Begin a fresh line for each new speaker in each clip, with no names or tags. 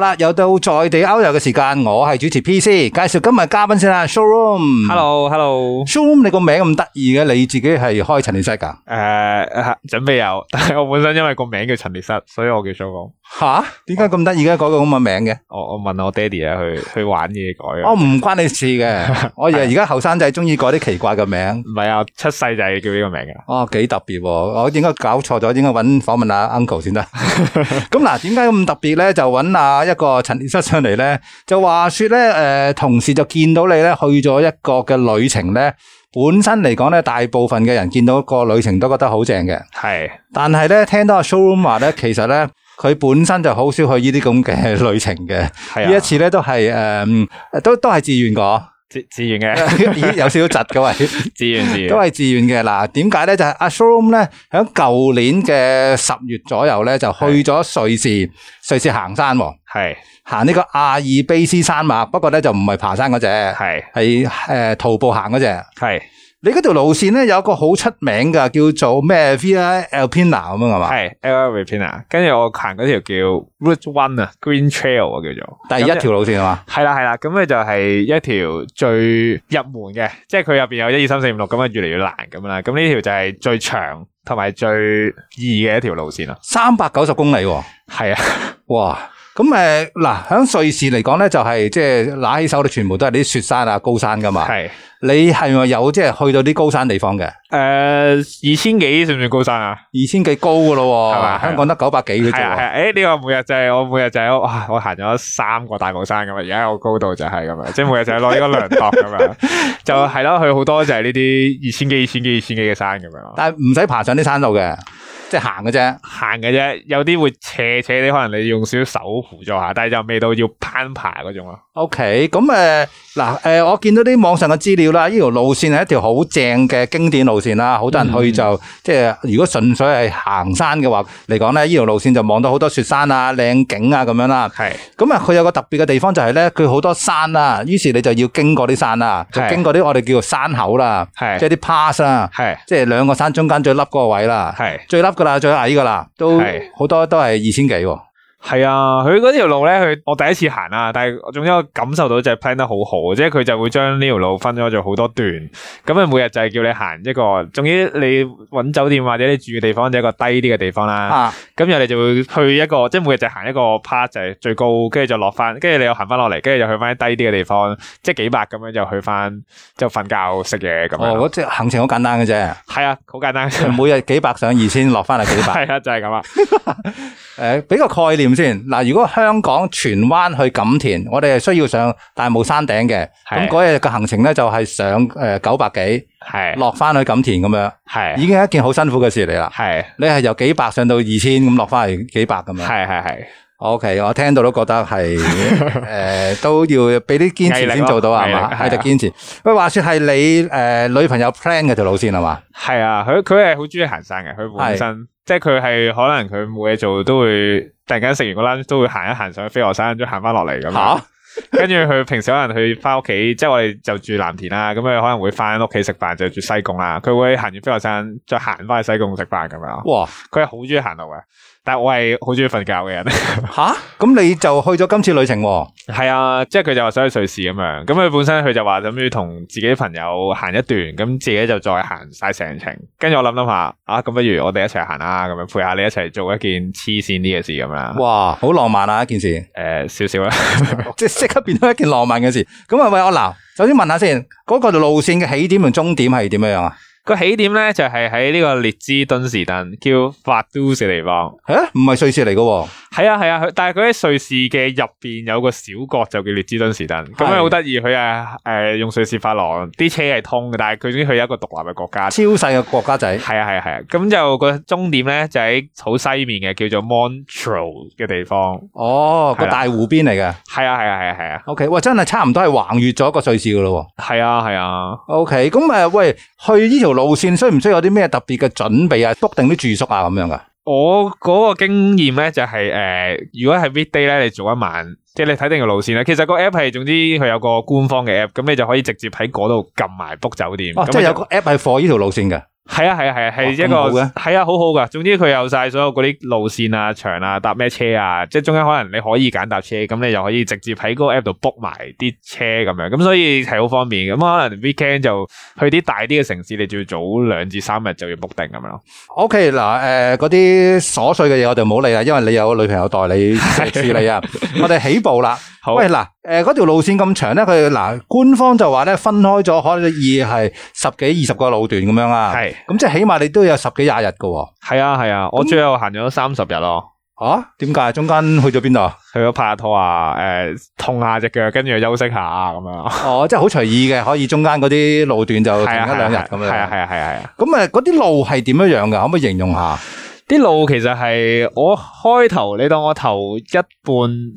啦，又到在地 out 遊嘅時間，我係主持 P C，介紹今日嘉賓先啦，Showroom。
嗯 Hello，Hello，
Showroom，你個名咁得意嘅，你自己係開陳列室㗎？
诶、呃，準備有， 但係我本身因為個名叫陳列室，所以我叫 s h o
吓？點解咁得意嘅改個咁嘅名嘅？
我我問我爹哋啊，去去玩嘢改
我
啊，
唔關你事嘅，我以為而家後生仔中意改啲奇怪嘅名。
唔係啊，我出世就係叫呢個名㗎。
哦，幾特別喎！我應該搞錯咗，應該揾訪問阿 Uncle 先得。咁嗱，點解咁特別咧？就揾阿一個陳列室上嚟咧，就話說咧，誒、同事就見到你咧去咗一個嘅旅程咧。本身嚟講咧，大部分嘅人見到個旅程都覺得好正嘅，
係
但係咧聽到阿 showroom 話咧，其實咧佢本身就好少去呢啲咁嘅旅程嘅。
係啊，
呢一次咧都係誒、嗯都都係自願 個，
自自愿 嘅，
咦有少少窒嘅喂。
自愿自愿
都。係自願嘅。嗱，點解咧？就係阿 Showroom 咧，喺舊年嘅十月左右咧，就去咗瑞士，瑞士行山喎，
係
行呢個阿爾卑斯山脈。不過咧就唔係爬山嗰只，
係
係誒徒步行嗰只。
係
你嗰條路線咧有一個好出名嘅，叫做咩 Via Alpina 咁樣係嘛？
係 L R Repina，跟住我行嗰條叫 Route One 啊，Green Trail 啊叫做
第一條路線係嘛？
系啦系啦，咁佢就係一條最入門嘅，即係佢入边有一二三四五六咁啊，越嚟越難咁樣啦。咁呢條就係最長同埋最易嘅一條路線啦。
三百九十公里喎，
係啊，
哇！咁誒嗱，喺瑞士嚟講咧，就係即係揦起手，你全部都係啲雪山啊、高山噶嘛。
係
你係咪有即係去到啲高山地方嘅？
诶呃二千幾算唔算高山啊？
二千幾高噶咯
係嘛係
喎，
啊
香港得九百幾嘅啫
係啊係
喎。
啊，诶呢個每日就係我每日就係哇，我行咗三個大帽山咁啊，而家我高度就係咁樣，即係每日就係攞呢個量度咁 樣，就係啦，去好多就係呢啲二千幾、二千幾、二千幾嘅山咁樣咯。
但係唔使爬上啲山路嘅，即係行嘅啫。
行嘅啫，有啲會斜斜啲，可能你用少少手輔助下，但係就未到要攀爬嗰種咯。
OK，咁誒嗱誒，我見到啲網上嘅資料啦，呢條路線係一條好正嘅經典路線啦，好多人去
嗯
就、即係如果純粹係行山嘅話嚟講咧，呢條路線就望到好多雪山啊、靚景啊咁樣啦。
係
咁啊，佢有個特別嘅地方就係咧，佢好多山啦，於是你就要經過啲山啦，就
係
經過啲我哋叫做山口啦，
係
即係啲 pass 啦，
係
即係兩個山中間最凹嗰個位啦。
係
最凹噶啦，最矮噶啦，都
係
好多都係二千幾喎。
係啊！佢嗰條路咧，佢我第一次行啦，但係總之我感受到就係 plan 得好好，即係佢就會將呢條路分咗做好多段，咁啊每日就係叫你行一個，總之你揾酒店或者你住嘅地方就係一個低啲嘅地方啦。
啊，
咁然後你就會去一個，即係每日就行一個 part 就係最高，跟住就落翻，跟住你又行翻落嚟，跟住就去翻低啲嘅地方，即係幾百咁樣就去翻，就瞓覺食嘢咁樣
哦，
咯。
嗰隻行程好簡單嘅啫，
係啊，好簡單，
每日幾百上二千，落翻嚟幾 百。
係啊，就係咁啊，
誒，俾個概念先。嗱，如果香港荃灣去錦田，我哋係需要上大帽山頂嘅，咁
係
嗰日嘅行程咧就係上誒九百幾，
係
落翻去錦田咁樣，
係
已經係一件好辛苦嘅事嚟啦。
係
你係由幾百上到二千，咁落翻嚟幾百咁樣。
係係係，
OK，我聽到都覺得 係誒、呃都要俾啲堅持先做到啊係
毅力啊咯
嘛，係
毅力
就堅持。喂，話說係你誒、呃女朋友 plan 嘅條路線係嘛？
係啊，佢佢係好中意行山嘅，佢本身即係佢係可能佢冇嘢做都會突然間食完個 lunch 都會行一行上去飛鵝山，再行翻落嚟咁樣。
嚇
跟住佢平時可能去翻屋企，即係我哋就住藍田啦，咁佢可能會翻屋企食飯就住西貢啦，佢會行完飛鵝山再行翻去西貢食飯咁樣咯。
哇
佢係好中意行路嘅，但係我係好中意瞓覺嘅人。
吓，咁你就去咗今次旅程喎？
係啊，即係佢就話想去瑞士咁樣，咁佢本身佢就話諗住同自己朋友行一段，咁自己就再行晒成程。跟住我諗諗下，啊咁不如我哋一齊行啦，咁樣陪下你一齊做一件黐線啲嘅事咁樣。
哇，好浪漫啊！一件 事，
誒、少少啦，
即即刻變咗一件浪漫嘅事。咁啊，喂，我嗱，首先問下先，嗰、個路線嘅起點同終點係點樣樣啊？
個起點咧就係喺呢個列支敦士登，叫法都士尼邦。
誒，唔係瑞士嚟嘅喎，
系啊系啊，佢但系佢喺瑞士嘅入边有個小國就叫列支敦士登，咁
係
佢好得意，佢啊诶用瑞士法郎啲車係通嘅，但係佢已經去一個獨立嘅國家。
超細嘅國家仔。
係啊係啊係啊，咁就個終點咧就喺好西面嘅叫做 Montreal 嘅地方。
哦，個
係啦
大湖邊嚟嘅。
係啊係啊係啊係啊
OK，哇，真係差唔多係橫越咗一個瑞士嘅咯喎。
係啊係啊，
O K，咁诶，喂，去呢條路線需唔需要有啲咩特別嘅準備啊？book 定啲住宿啊咁樣噶？
我嗰個經驗咧就係、呃如果係 weekday 咧，你做一晚，即係你睇定個路線咧。其實個 app 係總之佢有個官方嘅 app，咁你就可以直接喺嗰度撳埋 book 酒店。
哦，
咁
即係
你
有
就
個 app 係 for 呢條路線嘅。
系啊系啊系啊，系一
哦哇咁好
個
嘅
係啊好好噶。總之佢有晒所有嗰啲路線啊、場啊、搭咩車啊，即系中間可能你可以揀搭車，咁你又可以直接喺嗰個 app 度 book 埋啲車咁樣，咁所以係好方便嘅。咁可能 weekend 就去啲大啲嘅城市，你就要早兩至三日就要 book 定咁樣咯。
O K 嗱，诶嗰啲瑣碎嘅嘢我哋唔好理啦，因為你有女朋友 代你處理啊。我哋起步啦。
好
喂嗱，诶嗰條路線咁長咧，佢嗱官方就話咧分開咗可以係十幾二十個路段咁樣啊。
係
咁即係起碼你都有十幾廿日噶。
係啊係啊，我最後行咗三十日咯。
啊？點解？中間去咗邊度啊？
去咗拍下拖啊，诶、痛下只腳，跟住又休息下啊咁樣。
哦，即係好隨意嘅，可以中間嗰啲路段就哦停一
係啊，
兩日咁樣。
係啊係啊係啊係啊。
咁呃诶，嗰啲路係點樣樣噶？可唔可以形容 下？
啲路其實係我開頭，你當我頭一半，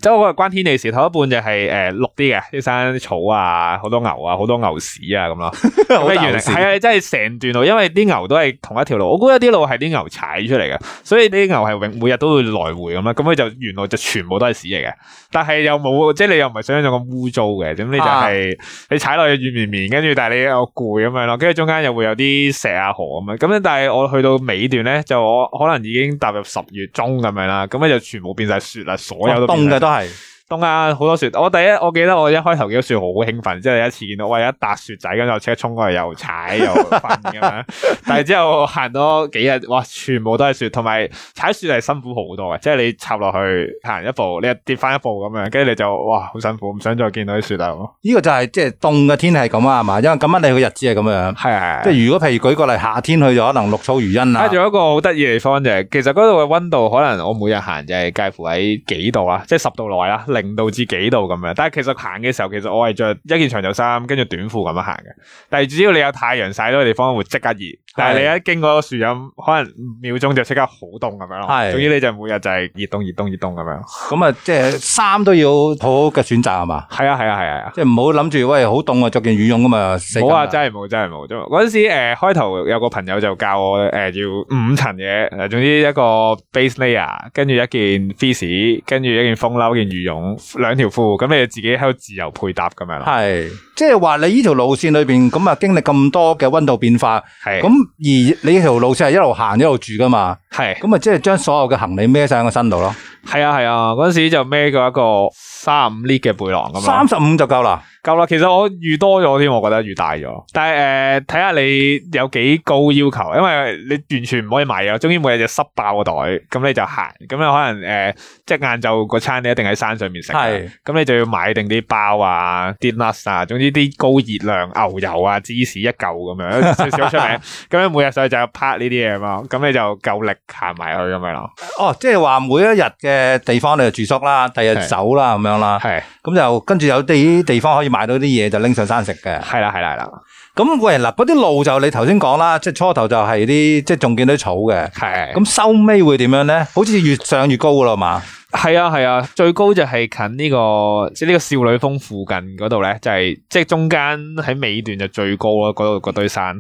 即係我嗰日關天地事，頭一半就係诶綠啲嘅啲山草啊，好多牛啊，好多牛屎啊咁咯。
好
咁
大
原
路
來
線
係啊，真係成段路，因為啲牛都係同一條路。我估有啲路係啲牛踩出嚟嘅，所以啲牛係永每日都會來回咁啦。咁佢就原來就全部都係屎嚟嘅，但係又冇即係你又唔係想象咁污糟嘅。咁你就係、你踩落去軟綿綿，跟住但係你又攰咁樣咯。跟住中間又會有啲石啊河咁樣。咁咧，但係我去到尾段咧，就我可能已經踏入十月中咁樣啦。咁咧就全部變晒雪啦，所有都變
凍
晒
嘅都係。
凍啊，好多雪！我第一我記得我一開頭見到雪好興奮，之後有一次見到喂一笪雪仔，跟住我即刻衝過嚟又踩又瞓咁 樣。但係之後行多幾日，哇，全部都係雪，同埋踩雪係辛苦好多嘅，即係你插落去行一步，你又跌翻一步咁樣，跟住你就哇好辛苦，唔想再見到啲雪啦。
呢個就係即係凍嘅天氣咁啊，係嘛？因為咁啱你嘅日子係咁樣。
係啊
即
係
係如果譬如舉個例，夏天去咗可能綠草如茵
啊，
啊
仲，有一個好得意嘅地方就係、其實嗰度嘅温度可能我每日行就係介乎喺幾度啊啦，即係十度內啦，零度至幾度咁樣。但係其實行嘅時候，其實我係着一件長袖衫，跟住短褲咁樣行嘅。但係只要你有太陽曬到嘅地方，會即刻熱。但係你一經過個樹蔭，可能五秒鐘就即刻好凍咁樣咯。
係
總之你就每日就係熱凍熱凍熱凍咁樣。
咁啊即係衫都要好好嘅選擇係嘛？
係啊係啊係啊！
即係唔好諗住喂好凍啊，着件羽絨咁啊死
冇啊，
梗
真係冇，真係冇。真係冇嗰陣時誒、呃、開頭有個朋友就教我誒、呃要五層嘢，誒總之一個 base layer，跟住一件 f i s 跟住一件風褸、件羽絨、兩條褲，咁你就自己喺度自由配搭咁樣咯。
係即係話你呢條路線裏边咁啊經歷咁多嘅温度變化，
係
咁而你條路線係一路行一路住噶嘛，
係
咁啊即係將所有嘅行李孭晒喺個身度咯，
係啊係啊！嗰陣時就孭過一個三五 lit 嘅背囊咁啊
三。
樣
十五就夠啦。
夠啦，其實我預多咗添，我覺得預大咗。但係誒，呃睇、下你有幾高要求，因為你完全唔可以買嘢，終於每日就塞爆個袋，咁你就行，咁你可能誒、呃即係晏晝個餐你一定喺山上面食，啊
係
咁你就要買定啲包啊、啲 nuts 啊，總之啲高熱量牛油啊、芝士一嚿咁樣，少少出名。咁你每日上就拍呢啲嘢嘛，咁你就夠力行埋去咁樣咯。
哦，即係話每一日嘅地方你就住宿啦，第二日
係
走啦咁樣啦，
係
咁就跟住有啲地方可以買到啲嘢就拎上山食嘅。
係啦係啦係啦，
咁喂嗱，嗰啲路就你頭先講啦，即係初頭就係啲即係仲見到啲草嘅，
係。
咁收尾會點樣咧？好似越上越高噶啦嘛，
系啊系啊，最高就係近呢、個即系呢個少女峰附近嗰度咧，就係即系中間喺尾段就最高咯，嗰度嗰堆山。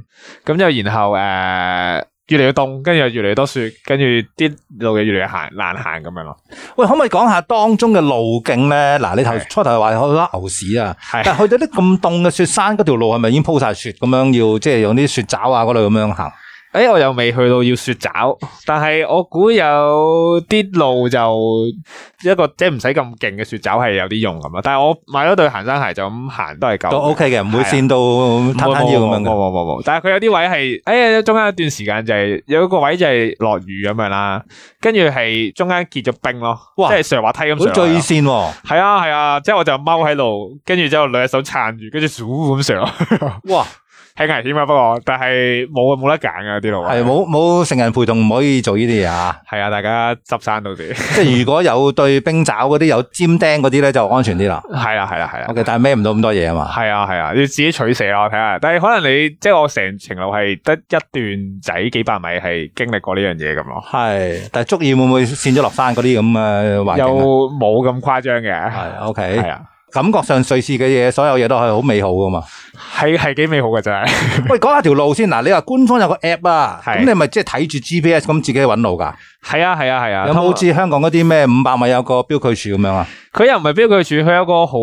咁就然後诶、呃越嚟越凍，跟住又越嚟越多雪，跟住啲路又越嚟越行難行咁樣咯。
喂，可唔可以講下當中嘅路徑咧？嗱，你頭
係
初頭話有好多牛屎啊，
係
但去到啲咁凍嘅雪山嗰條路係咪已經鋪晒雪咁樣，要即係用啲雪爪啊嗰類咁樣行？
诶、我又未去到要雪爪，但係我估有啲路就一個即係唔使咁勁嘅雪爪係有啲用咁啊。但係我買咗對行山鞋就咁行都係夠嘅。
都 OK 嘅，唔會
係啊
跣到攤攤腰咁樣
冇
嘅。
冇冇冇，但係佢有啲位係，哎呀，中間有段時間就係有一個位就係落雨咁樣啦，跟住係中間結咗冰咯，
哇
即係上滑梯咁
好
上
最
落去。
跣喎，
係啊係啊，即係我就踎喺度，跟住之後兩隻手撐住，跟住咁上落去，
哇！
係危險啊！不過，但係冇啊，冇得揀啊啲路。
係冇冇成人陪同唔可以做呢啲嘢 啊！
係啊，大家執生到時。
即係如果有對冰爪嗰啲有尖釘嗰啲咧，就安全啲啦。
係啦係啦係啦
O。K，但係孭唔到咁多嘢啊嘛。
系啊系啊，要自己取捨咯，睇下。但係可能你即係我成程路係得一段仔幾百米係經歷過呢樣嘢咁咯。
系，但系足以會唔會跣咗落山嗰啲咁嘅環境
又
啊？
冇咁誇張嘅，
係
係
OK，
啊，
感覺上瑞士嘅嘢，所有嘢都係好美好噶 嘛。
系系几美好嘅真係。
喂，講下條路先嗱，你話官方有個 app 啊，
係
咁你咪即係睇住 GPS 咁自己揾路㗎？
係啊係啊係啊。
有冇好似香港嗰啲咩五百米有個標距柱咁樣啊？
佢又唔係標記處，佢有個好，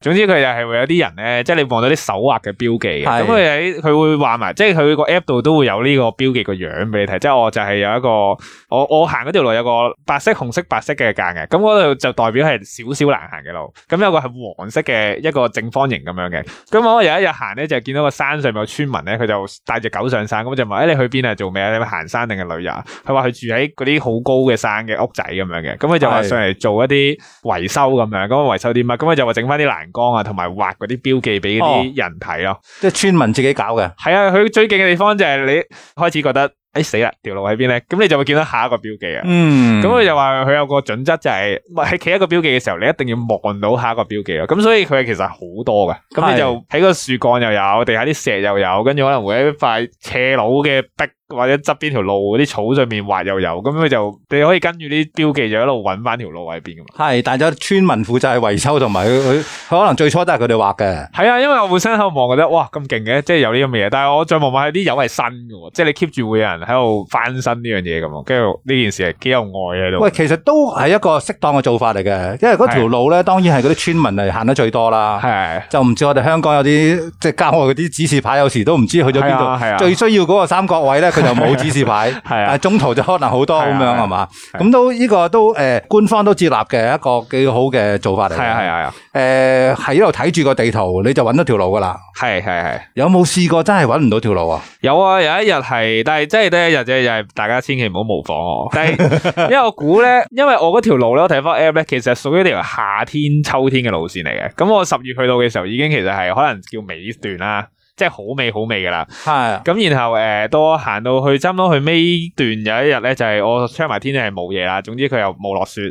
總之佢就係會有啲人咧，即係你望到啲手畫嘅標記嘅，
係
咁佢喺佢會話埋，即係佢個 app 度都會有呢個標記個樣俾你睇，即係我就係有一個，我我行嗰條路有個白色、紅色、白色嘅間嘅，咁嗰度就代表係少少難行嘅路，咁有個係黃色嘅一個正方形咁樣嘅，咁我有一日行咧就見到個山上面有村民咧，佢就帶隻狗上山，咁就問：，誒、你去邊啊？做咩啊？你行山定係旅遊啊？佢話佢住喺嗰啲好高嘅山嘅屋仔咁樣嘅，咁佢就話
係
上嚟做一啲。維修咁樣，咁啊維修啲乜？咁佢就話整翻啲欄杆啊，同埋畫嗰啲標記俾
哦
啲人睇咯。
即係村民自己搞嘅。
係啊，佢最勁嘅地方就係你開始覺得，哎死啦，條路喺邊咧？咁你就會見到下一個標記啊。
嗯
咁佢、就話佢有個準則就係喺企一個標記嘅時候，你一定要望到下一個標記咯。啊咁所以佢其實好多嘅。咁
係
你就喺個樹幹又有，地下啲石又有，跟住可能會喺塊斜路嘅壁或者側邊條路嗰啲草上面畫又有。咁佢就你可以跟住啲標記就一路揾翻條路喺邊噶嘛。
係，但係有村民負責係維修同埋佢佢佢可能最初都係佢哋畫嘅。
系啊，因為我本身喺度望，覺得哇咁勁嘅，即係有呢咁嘅嘢。但係我再望埋啲友係新嘅喎，即係你 keep 住會有人喺度翻新呢樣嘢咁喎。跟住呢件事係幾有愛喺度。
喂，其實都係一個適當嘅做法嚟嘅，因為嗰條路咧，當然係嗰啲村民係行得最多啦。
係啊
就唔似我哋香港有啲即係郊外嗰啲指示牌，有時都唔知去咗邊
係啊係啊
度。最需要嗰個三角位咧，佢就冇指示牌，
係
但係
啊，
中途就可能好多咁樣
係啊係啊
係嘛？
係啊
咁都呢個都誒官方都接納嘅一個幾好嘅做法嚟。
係啊，係啊，
誒喺度睇住個地圖，你就揾到條路噶啦。
係啊，係係係。
有冇試過真係揾唔到條路啊？
有啊，有一日係，但係真係得一日啫，又係大家千祈唔好模仿我。但係 因為我估咧，因為我嗰條路咧，我睇翻 app 咧，其實屬於條夏天、秋天嘅路線嚟嘅。咁我十月去到嘅時候，已經其實係可能叫尾段啦，即係好尾好尾噶啦。
係
咁然後誒、呃，到我行到去差唔多去尾段有一日咧，就係、我 check 埋天氣係冇嘢啦。總之佢又冇落雪，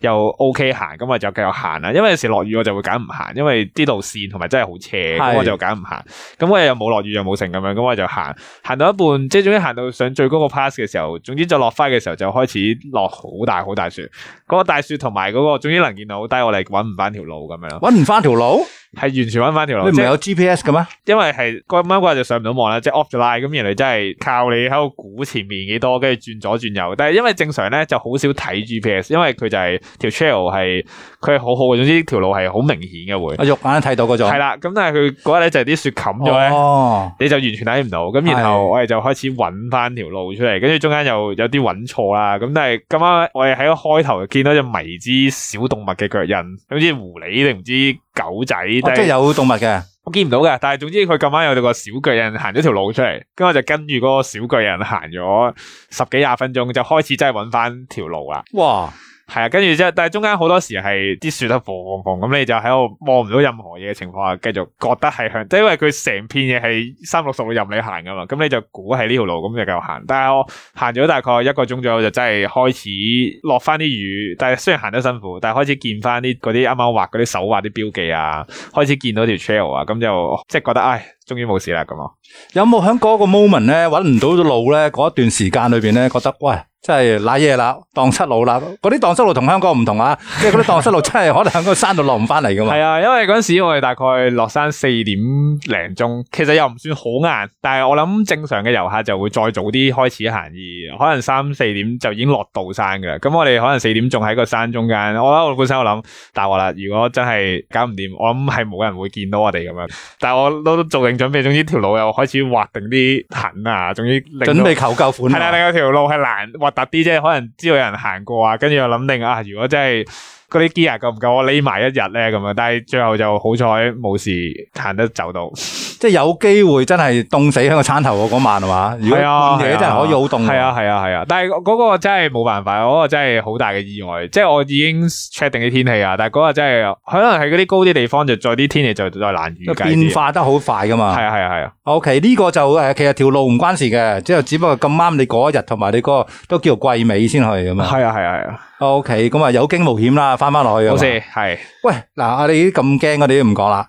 又 OK 行，咁我就繼續行啦。因為有時落雨我就會揀唔行，因為啲路線同埋真係好斜，
係
咁我就揀唔行。咁我又冇落雨又冇成咁樣，咁我就行行到一半，即係總之行到上最高個 pass 嘅時候，總之再落翻嘅時候就開始落好大好大雪。嗰、個大雪同埋嗰個總之能見度好低，我哋揾唔翻條路咁樣咯，
揾唔翻條路，
係完全揾翻條
你
路。
唔
即係
係有 GPS 嘅咩？
因為係嗰咁啱嗰日就上唔到網啦，即係 off 咗 line，咁原來真係靠你喺度估前面幾多，跟住轉左轉右。但係因為正常咧就好少睇 GPS，因為佢就係條 trail 係佢係好好嘅，總之條路係好明顯嘅會
我肉眼都睇到嗰種
係。啦。咁但係佢嗰日咧就係啲雪冚咗咧。
哦，
你就完全睇唔到，咁然
係
後我哋就開始揾翻條路出嚟，跟住中間又有啲揾錯啦，咁但係咁啱我哋喺個開頭見到只迷之小動物嘅腳印，好似狐狸定唔知狗仔，
哦
但
即
係
係有動物嘅。
我見唔到嘅，但係總之佢咁啱有個小腳印行咗條路出嚟，跟住我就跟住嗰個小腳印行咗十幾廿分鐘，就開始真係揾翻條路啦。
哇！
係啊，跟住之後，但係中間好多時係啲雪得放放放，咁你就喺度哦望唔到任何嘢嘅情況下，繼續覺得係向，即係因為佢成片嘢係三六十度任你行噶嘛，咁你就估係呢條路，咁就繼續行。但係我行咗大概一個鐘左右，就真係開始落翻啲雨，但係雖然行得辛苦，但係開始見翻啲嗰啲啱啱畫嗰啲手畫啲標記啊，開始見到條 trail 啊，咁就即係覺得唉，終於冇事啦咁啊。
有冇喺嗰個 moment 咧揾唔到路咧？嗰一段時間裏边咧，覺得喂，真係濑嘢啦，蕩失路啦。嗰啲蕩失路同香港唔 同啊，即係嗰啲蕩失路真係可能喺個山度落唔翻嚟噶嘛。
係啊，因為嗰阵时我哋大概落山四點零鐘，其實又唔算好晏，但係我諗正常嘅遊客就會再早啲開始行，而可能三四點就已經落到山噶啦。咁我哋可能四點仲喺個山中間，我諗我本身我諗大鑊啦，如果真係搞唔掂，我諗係冇人會見到我哋咁樣。但係我都做定準備，總之條路又開始劃定啲痕啊，總之令到
準備求救款
係啦，你
啊。
有條路係難核突啲啫，可能知道有人行過啊，跟住又諗定啊，如果真係嗰啲 gear 啊夠唔夠我匿埋一日咧咁樣，啊但係最後就好彩冇事，行得走到。
即係有機會真係凍死喺個山頭嗰晚係嘛？如果
係啊，
半夜真係可以好凍。
係啊，，係啊，係啊，但係嗰個真係冇辦法，嗰、個真係好大嘅意外。即係我已經 check 定啲天氣啊，但係嗰個真係可能喺嗰啲高啲地方就再啲天氣就再難預計啲。
變化得好快噶嘛
係。啊，係啊，係啊。
OK，呢個就诶，其實條路唔關事嘅，即係只不過咁啱你嗰一日同埋你嗰個都叫做季尾先去咁啊。
係啊，係啊，係啊，
OK，咁啊有驚無險啦，翻翻落去啊
好
嘛。
似係
喂，嗱，我哋啲咁驚 嗰啲都唔講啦。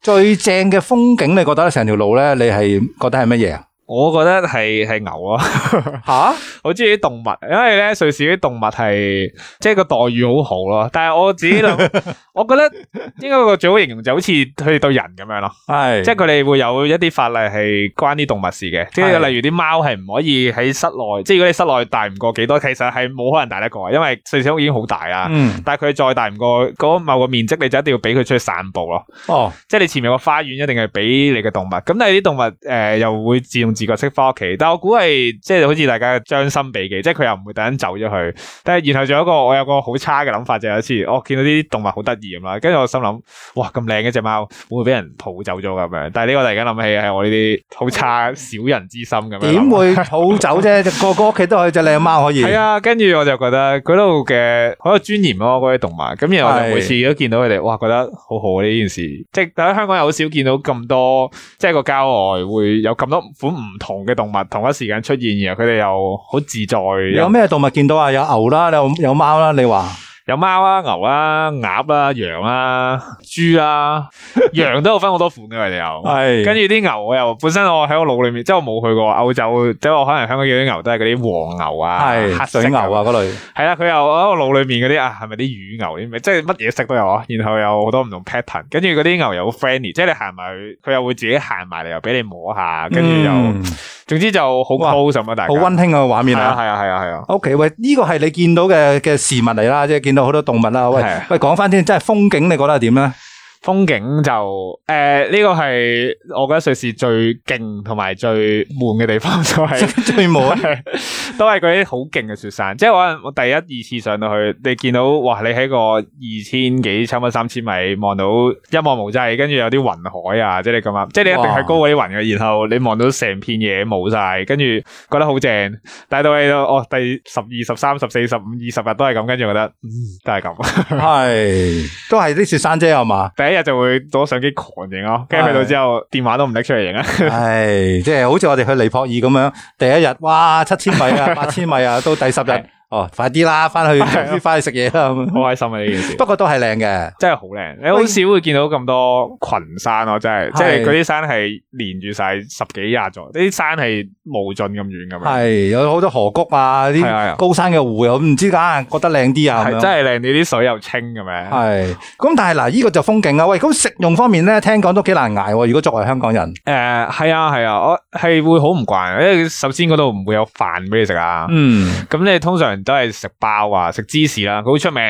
最正嘅風景，你覺得成條路咧，你係覺得係乜嘢啊？
我覺得係係牛咯，
吓，
我中意啲動物，因為咧瑞士啲動物係即係個待遇好好咯。但係我自 己諗，我覺得應該個最好形容就好似佢哋對人咁樣咯，
系
即係佢哋會有一啲法例係關啲動物事嘅，即係
係
例如啲貓係唔可以喺室內，即係如果你室內大唔過幾多，其實係冇可能大得過，因為瑞士屋已經好大啦。
嗯，
但係佢再大唔過嗰某個面積，你就一定要俾佢出去散步咯。
哦，
即係你前面有個花園一定係俾你嘅動物，咁但係啲動物诶、呃又會自動自覺識翻屋企，但我估係即係好似大家將心比己，即係佢又唔會突然走咗去。但係然後仲有一個我有個好差嘅諗法就係有一次我見到啲動物好得意咁啦，跟住我心諗哇咁靚嘅只貓會唔會俾人抱走咗咁樣？但係呢個突然間諗起係我呢啲好差小人之心咁樣諗。
点会抱走啫？个个屋企都有只靓猫可以，
系啊，跟住我就覺得嗰度嘅好有尊嚴咯，嗰啲動物。咁然後我
係
就每次都見到佢哋，哇，覺得好好啊呢件事。即係喺香港又好少見到咁多，即係個郊外會有咁多款唔同嘅動物同一時間出現，然後佢哋又好自在。
有
有
咩动物见到啊？有牛啦，有有猫啦，你话
有貓啦、牛啦、鴨啦、羊啦、豬啦，羊都有分好多款嘅佢哋有。
系
跟住啲牛我又本身我喺我腦裏面，即係我冇去過歐洲，即係我可能香港見到啲牛都係嗰啲黃牛啊、黑
系
色
水牛啊嗰类，
系啦，佢又喺我腦裏面嗰啲啊，係咪啲乳牛啲咩？即係乜嘢食都有啊。然後有好多唔同 pattern，跟住嗰啲牛又好 friendly，即係你行埋去，佢又會自己行埋嚟，又俾你摸下，跟住又，
嗯
總之就好
哇
close 咁啊！大家
好温馨嘅画面
係啊，
啊！
係啊，係啊，係啊，
O、k 喂，呢個係你見到嘅嘅事物嚟啦，即係見到好多動物啦。喂
係啊
喂，講翻先，真係風景你覺得係點 咧？
風景就诶呢個係我覺得瑞士最勁同埋最悶嘅地方就係。
最 冇啊！
都係嗰啲好勁嘅雪山，即係可能我第一二次上到去，你見到哇，你喺個二千幾、差唔多三千米望到一望無際，跟住有啲雲海啊，即係你咁啱，即係你一定係高過啲雲嘅，然後你望到成片嘢冇晒，跟住覺得好正，但係到你到哦第十二、十三、十四、十五、二十日都係咁，跟住覺得嗯都係咁，
係都係啲雪山啫，係嘛？
第一日就會攞相機狂影咯，跟住去到之後電話都唔拎出嚟影啊，
係即係好似我哋去尼泊爾咁樣，第一日哇七千米啊，八千米啊，到第十日
係
哦，快啲啦，翻去
係啊
翻去食嘢啦咁
好
樣。
開心啊呢件事。
不過都係靚嘅，
真係好靚，你好少會見到咁多群山咯，真係，
係
即係嗰啲山係連住晒十幾廿座，呢啲山係無盡咁遠咁樣，
係有好多河谷啊，
係啊係
啲
啊
高山嘅湖又唔知點解覺得靚啲啊，咁
係
樣
真係靚，你啲水又清咁樣。
係咁，但係嗱，呢個就風景啊。喂，咁食用方面咧，聽講都幾難捱喎。如果作為香港人，
誒係啊係啊，我係會好唔慣，因為首先嗰度唔會有飯俾你食啊。
嗯。
咁你通常都係食包啊，食芝士啦，佢好出名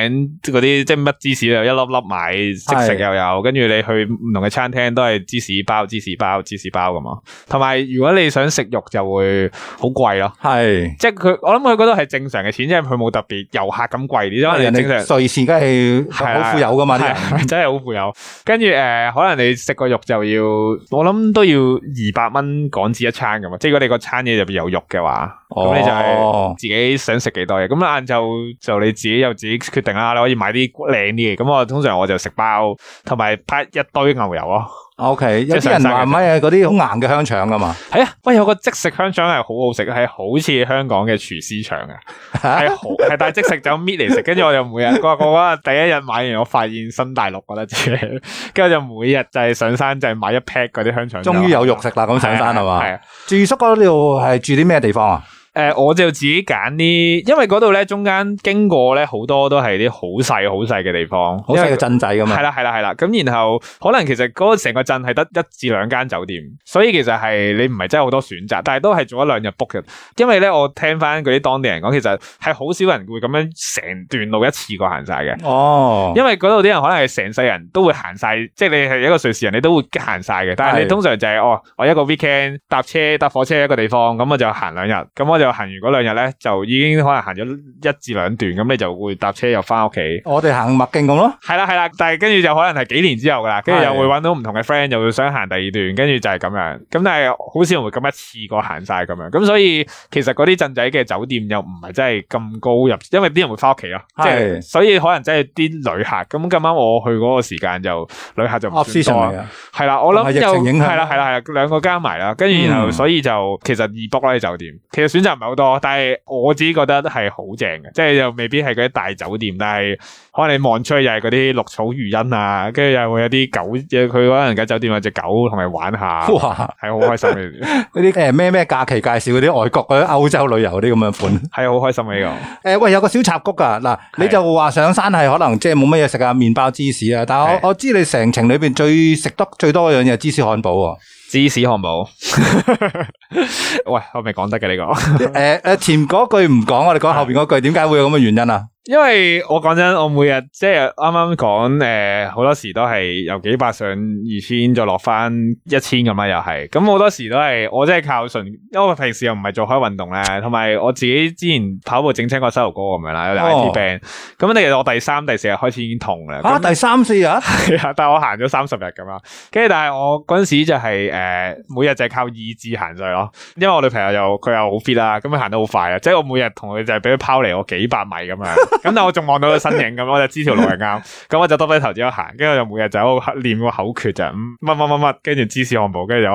嗰啲即係乜芝士又一粒粒買，即食又有，跟住你去唔同嘅餐廳都係芝士包、芝士包、芝士包咁啊。同埋如果你想食肉就會好貴咯。
系，
即係佢，我諗佢嗰度係正常嘅錢，即係佢冇特別遊客咁貴啲，因為
啊人
你正常
哋啊瑞士梗係
係
好富有噶嘛啲人，
係真係好富有。跟住誒，呃可能你食個肉就要，我諗都要二百蚊港紙一餐咁啊！即係如果你個餐嘢入邊有肉嘅話，啊咁、你就
哦
係自己想食幾多嘢。咁啊晏晝就你自己有自己決定啦，你可以買啲靚啲嘅。咁我通常我就食包，同埋派一堆牛油咯。
O K，有
即
啲
係
人
上
話
山嘅
咩嗰啲好硬嘅香腸噶嘛，
係啊，喂，有個即食香腸係好好食，係好似香港嘅廚師腸啊。系好系，但系即食就咁搣嚟食，跟住我就每日嗰嗰日第一日買完，我發現新大陸覺得自己，跟住我就每日就係上山就係買一 pack 嗰啲香腸，
終於有肉食啦，咁上山係嘛？
啊係啊，
住宿嗰度係住啲咩地方啊？
诶、我就自己揀啲，因為嗰度咧中間經過咧好多都係啲好細好細嘅地方，
好細嘅鎮仔咁啊
係
嘛，
啦係啦係啦，咁然後可能其實嗰個成個鎮係得一至兩間酒店，所以其實係你唔係真係好多選擇，但係都係做一兩日 book 嘅。因為咧，我聽翻嗰啲當地人講，其實係好少人會咁樣成段路一次過行晒嘅。
哦，
因為嗰度啲人可能係成世人都會行晒，即係你係一個瑞士人，你都會行晒嘅。但係
係
你通常就係、哦，我一個 weekend 搭車搭火車一個地方，咁我就行兩日，咁我就行完嗰兩日咧，就已經可能行咗一至兩段，咁你就會搭車又翻屋企。
我哋行麥徑咁咯，
系啦系啦，但系跟住就可能系幾年之後噶啦，跟住
係
又會揾到唔同嘅 friend，又會想行第二段，跟住就係咁樣。咁但係好少人會咁一次過行晒咁樣，咁所以其實嗰啲鎮仔嘅酒店又唔係真係咁高入，因為啲人會翻屋企咯，啊即
係
係所以可能真係啲旅客。咁咁啱我去嗰個時間就旅客就唔
o f f
算
s
多
e
啊
嚟。嘅，
係啦，我
同埋
諗
疫
又
情影響
係啦係啦係啦，兩個加埋啦，跟住然
嗯
後所以就其實易 book 啦啲酒店，其實選擇唔係好多，但係我自己覺得係好正嘅，即係又未必係嗰啲大酒店，但係可能你望出去又係嗰啲綠草如茵啊，跟住又會有啲狗，佢可能間酒店有隻狗同你玩下，係
哇！
好開心嘅，
嗰啲诶咩咩假期介紹嗰啲外國嗰啲歐洲旅遊嗰啲咁樣款。
係好開心嘅呢
诶、喂，有個小插曲噶，嗱，你就話上山係可能即係冇乜嘢食啊，麵包、芝士啊，但係
係
我我知你成程裏边最食得最多嗰樣嘢係芝士漢堡
個芝士漢堡。 喂，我咪講得嘅呢個。
喎。诶诶、前嗰句唔講，我哋講後边嗰句，點解會有咁嘅原因啊？
因为我讲真，我每日即系啱啱讲诶，呃好、多时都系由几百上二千，再落翻一千咁啊啦，又系咁好多时都系我真系靠纯，因为我平时又唔系做开 运动咧，同埋我自己之前跑步整亲个膝头哥咁样啦，有
哦
I T 病，咁你其實我第三、第四日开始已经痛啦。
啊，
咁
第三四日，
系啊，但系我行咗三十日咁啦，跟住但系我嗰阵时就系、诶、每日就係靠意志行上去咯，因為我女朋友又佢又好 fit 啦，咁佢行得好快啊，即係我每日同佢就係俾佢拋離我幾百米咁樣，咁但係我仲望到佢身影咁，我就知條路係啱，咁我就耷低頭自己行，跟住我就每日就喺度練個口訣就係嗯乜乜乜乜，跟住芝士漢堡，跟住就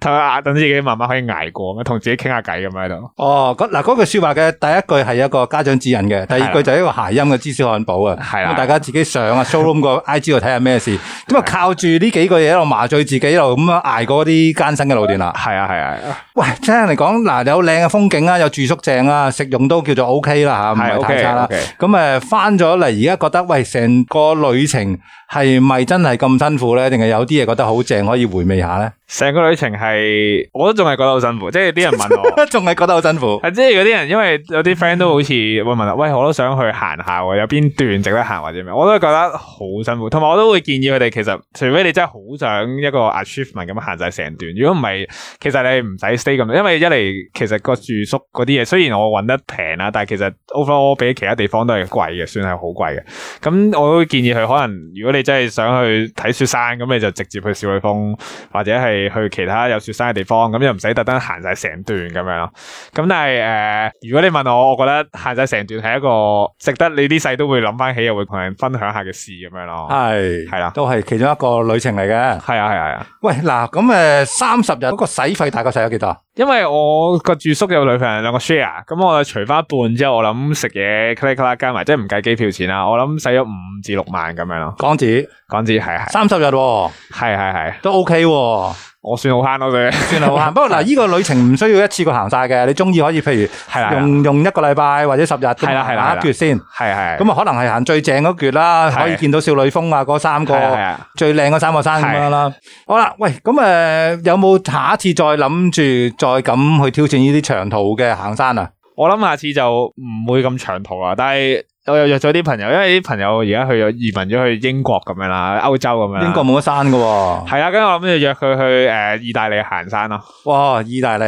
睇下等自己慢慢可以捱過，咁樣同自己傾下偈咁樣喺度。
哦，嗰嗱嗰句说話嘅第一句係一個家長指引嘅，第二句就係一個諧音嘅芝士漢堡啊。
係啦
咁大家自己上啊 showroom 個 I G 度睇下咩事。咁啊，靠住呢幾句嘢一路麻醉自己，一路咁樣捱過啲艱辛嘅路段啦。
係啊係啊，
喂，聽人嚟講，嗱有靚嘅風景啊，有住宿正啊，食用都叫做 O K 啦啊吓，唔
係
係太
OK
差啦。
OK。
咁誒翻咗嚟，而家覺得喂，成個旅程係咪真係咁辛苦咧？定係有啲嘢覺得好正，可以回味下咧？
成個旅程係我都仲係覺得好辛苦，即係啲人問我。
仲係覺得好辛苦。
係啊即係嗰啲人，因為有啲 friend 都好似會問啦，喂，我都想去行下喎，有邊段值得行或者咩？我都覺得好辛苦，同埋我都會建議佢哋，其實除非你真係好想一個 achievement 咁行晒成段，如果唔係，其實你唔使 stay 咁耐，因為一嚟其實個住宿嗰啲嘢，雖然我揾得平啦，但係其實 overall 比其他地方都係貴嘅，算係好貴嘅。咁我會建議佢可能，如果你真係想去睇雪山，咁你就直接去少女峰，或者係去其他有雪山嘅地方，咁又唔使特登行晒成段咁樣咯。咁但係诶、呃如果你問我，我覺得行晒成段係一個值得你啲世都會諗翻起，又會同人分享下嘅事咁樣咯。
係
係啦
都係其中一個旅程嚟嘅。
係啊，係啊，係啊。
喂，嗱，咁誒三十日嗰個使費大概使咗幾多？
因為我個住宿有女朋友兩個 share，咁我除翻一半之後，我諗食嘢 click 啦加埋，即係唔計機票錢啦，我諗使咗五至六萬咁樣咯。
港紙
港紙係係
三十日喎，
係係係，
都 OK 喎，
我算好慳咯，佢
算 係好慳。不過嗱，呢個旅程唔需要一次過行晒嘅，你中意可以譬
係啦
如
係啦
用用一個禮拜或者十日咁
係啦係啦
行
係
一
啦
橛先。
係係
咁啊，可能係行最正嗰橛啦，
係
可以見到少女峰啊，嗰三個
係啊係啊
最靚嗰三個山咁樣啦。好啦，喂，咁诶，有冇下一次再諗住再咁去挑戰呢啲長途嘅行山啊？
我諗下次就唔會咁長途啊，但係我又約咗啲朋友，因為啲朋友而家去咗移民咗去英國咁樣啦，歐洲咁樣啦。
英國冇乜山噶，
系啦，跟住我諗住約佢去诶、呃意大利行山咯，
哇！意大利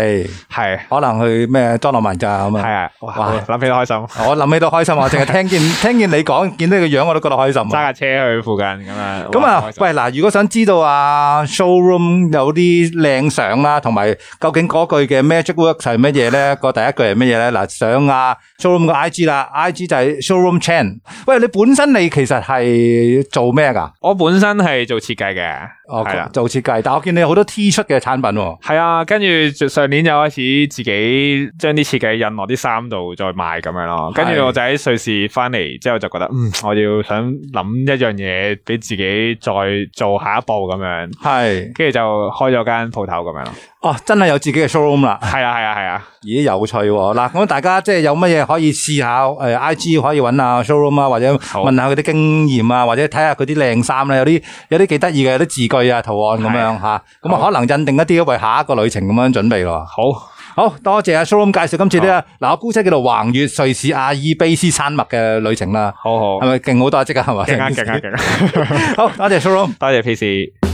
係
可能去咩多诺曼咋咁
係
啊？
啊，
哇
哇，諗起都開心，
我諗起都開心啊！我淨係聽見 聽見你講，見到你個樣我都覺得開心
揸
啊。
架車去附近咁樣。
咁
哇
啊
開，心
喂嗱，如果想知道啊 showroom 有啲靚相啦，同埋究竟嗰句嘅 magic words 係乜嘢咧？個第一句係乜嘢咧？嗱，上啊 showroom 個 IG 啦，IG 就係 showroom chain。喂，你本身你其實係做咩噶？
我本身係做設計嘅，
哦
係啊啦，
做設計，但我見你有好多 T 恤嘅產品喎。
係啊，跟住上年就開始自己將啲設計印落啲衫度再賣咁樣咯。跟
係
住我就喺瑞士翻嚟之後就覺得，嗯，我要想諗一樣嘢俾自己再做下一步咁樣，
係，
跟住就開咗間鋪頭咁樣咯。
哦，真係有自己嘅 showroom 啦，
係啊，係啊，係啊。
咦，有趣喎！嗱，咁大家即係有乜嘢可以試下？誒、IG 可以揾下 showroom 啊，或者
好
問下佢啲經驗啊，或者睇下佢啲靚衫咧，有啲有啲幾得意嘅，有啲字句啊、圖案咁樣吓，咁啊，
好
可能印定一啲為下一個旅程咁樣準備咯。
好，
好多謝阿 showroom 介紹今次呢、嗱，我姑姐叫做橫越瑞士阿爾卑斯山脈嘅旅程啦，
好好
係，咪勁好多即刻係咪？
勁啊，勁啊，勁啊！
好多謝 showroom。
多謝 P C。